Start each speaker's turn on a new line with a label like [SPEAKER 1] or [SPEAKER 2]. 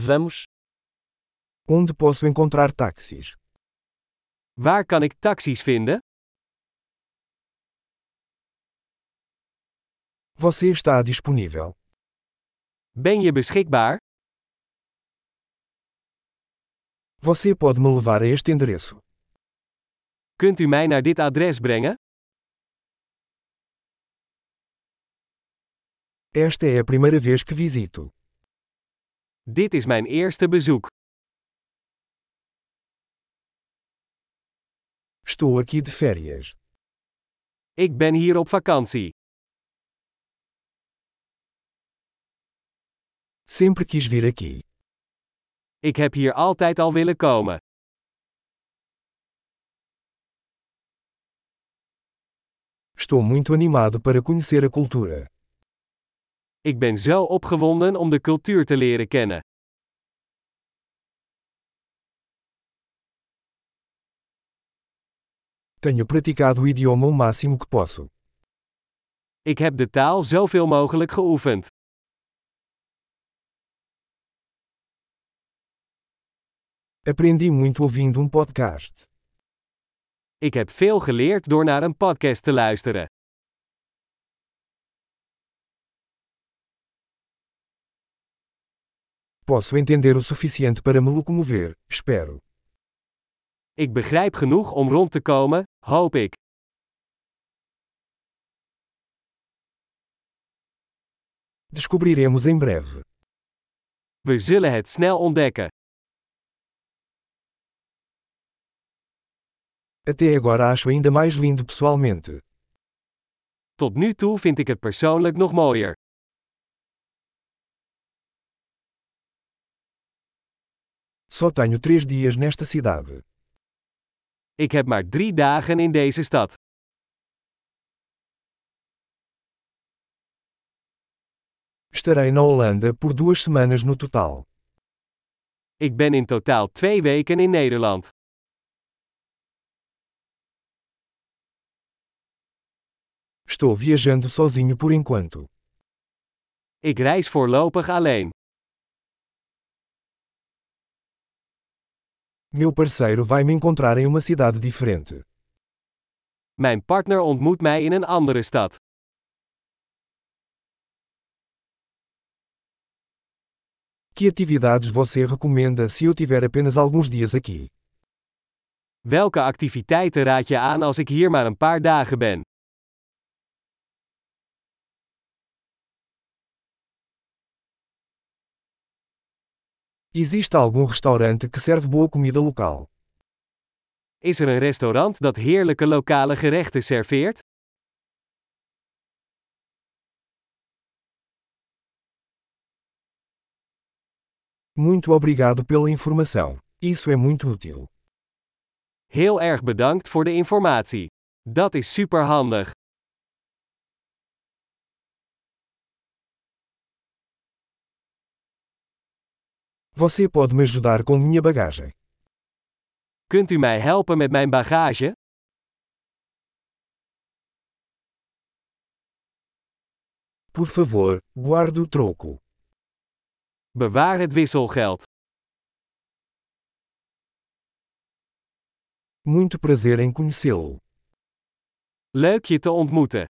[SPEAKER 1] Vamos.
[SPEAKER 2] Onde posso encontrar táxis?
[SPEAKER 3] Waar kan ik taxis vinden?
[SPEAKER 2] Você está disponível?
[SPEAKER 3] Ben je beschikbaar?
[SPEAKER 2] Você pode me levar a este endereço?
[SPEAKER 3] Kunt u mij naar dit adres brengen?
[SPEAKER 2] Esta é a primeira vez que visito.
[SPEAKER 3] Dit is mijn eerste bezoek.
[SPEAKER 2] Estou aqui de férias.
[SPEAKER 3] Ik ben hier op vakantie.
[SPEAKER 2] Sempre quis vir aqui.
[SPEAKER 3] Ik heb hier altijd al willen komen.
[SPEAKER 2] Estou muito animado para conhecer a cultura.
[SPEAKER 3] Ik ben zo opgewonden om de cultuur te leren kennen.
[SPEAKER 2] Tenho praticado o idioma o máximo que posso.
[SPEAKER 3] Ik heb de taal zoveel mogelijk geoefend.
[SPEAKER 2] Aprendi muito ouvindo um podcast.
[SPEAKER 3] Ik heb veel geleerd door naar een podcast te luisteren.
[SPEAKER 2] Posso entender o suficiente para me locomover, espero.
[SPEAKER 3] Ik begrijp genoeg om rond te komen, hoop ik.
[SPEAKER 2] Descobriremos em breve.
[SPEAKER 3] We zullen het snel ontdekken.
[SPEAKER 2] Até agora acho ainda mais lindo pessoalmente.
[SPEAKER 3] Tot nu toe vind ik het persoonlijk nog mooier.
[SPEAKER 2] Só tenho três dias nesta cidade.
[SPEAKER 3] Ik heb maar drie dagen in deze stad.
[SPEAKER 2] Estarei na Holanda por duas semanas no total.
[SPEAKER 3] Ik ben in totaal twee weken in Nederland.
[SPEAKER 2] Estou viajando sozinho por enquanto.
[SPEAKER 3] Ik reis voorlopig alleen.
[SPEAKER 2] Meu parceiro vai me encontrar em uma cidade diferente.
[SPEAKER 3] Mijn partner ontmoet mij in een andere stad.
[SPEAKER 2] Que atividades você recomenda se eu tiver apenas alguns dias aqui?
[SPEAKER 3] Welke activiteiten raad je aan als ik hier maar een paar dagen ben?
[SPEAKER 2] Existe algum restaurante que serve boa comida local?
[SPEAKER 3] Is er een restaurant dat heerlijke lokale gerechten serveert?
[SPEAKER 2] Muito obrigado pela informação. Isso é muito útil.
[SPEAKER 3] Heel erg bedankt voor de informatie. Dat is superhandig.
[SPEAKER 2] Você pode me ajudar com minha bagagem.
[SPEAKER 3] Kunt u mij helpen met mijn bagage?
[SPEAKER 2] Por favor, guarde o troco.
[SPEAKER 3] Bewaar het wisselgeld.
[SPEAKER 2] Muito prazer em conhecê-lo.
[SPEAKER 3] Leuk je te ontmoeten.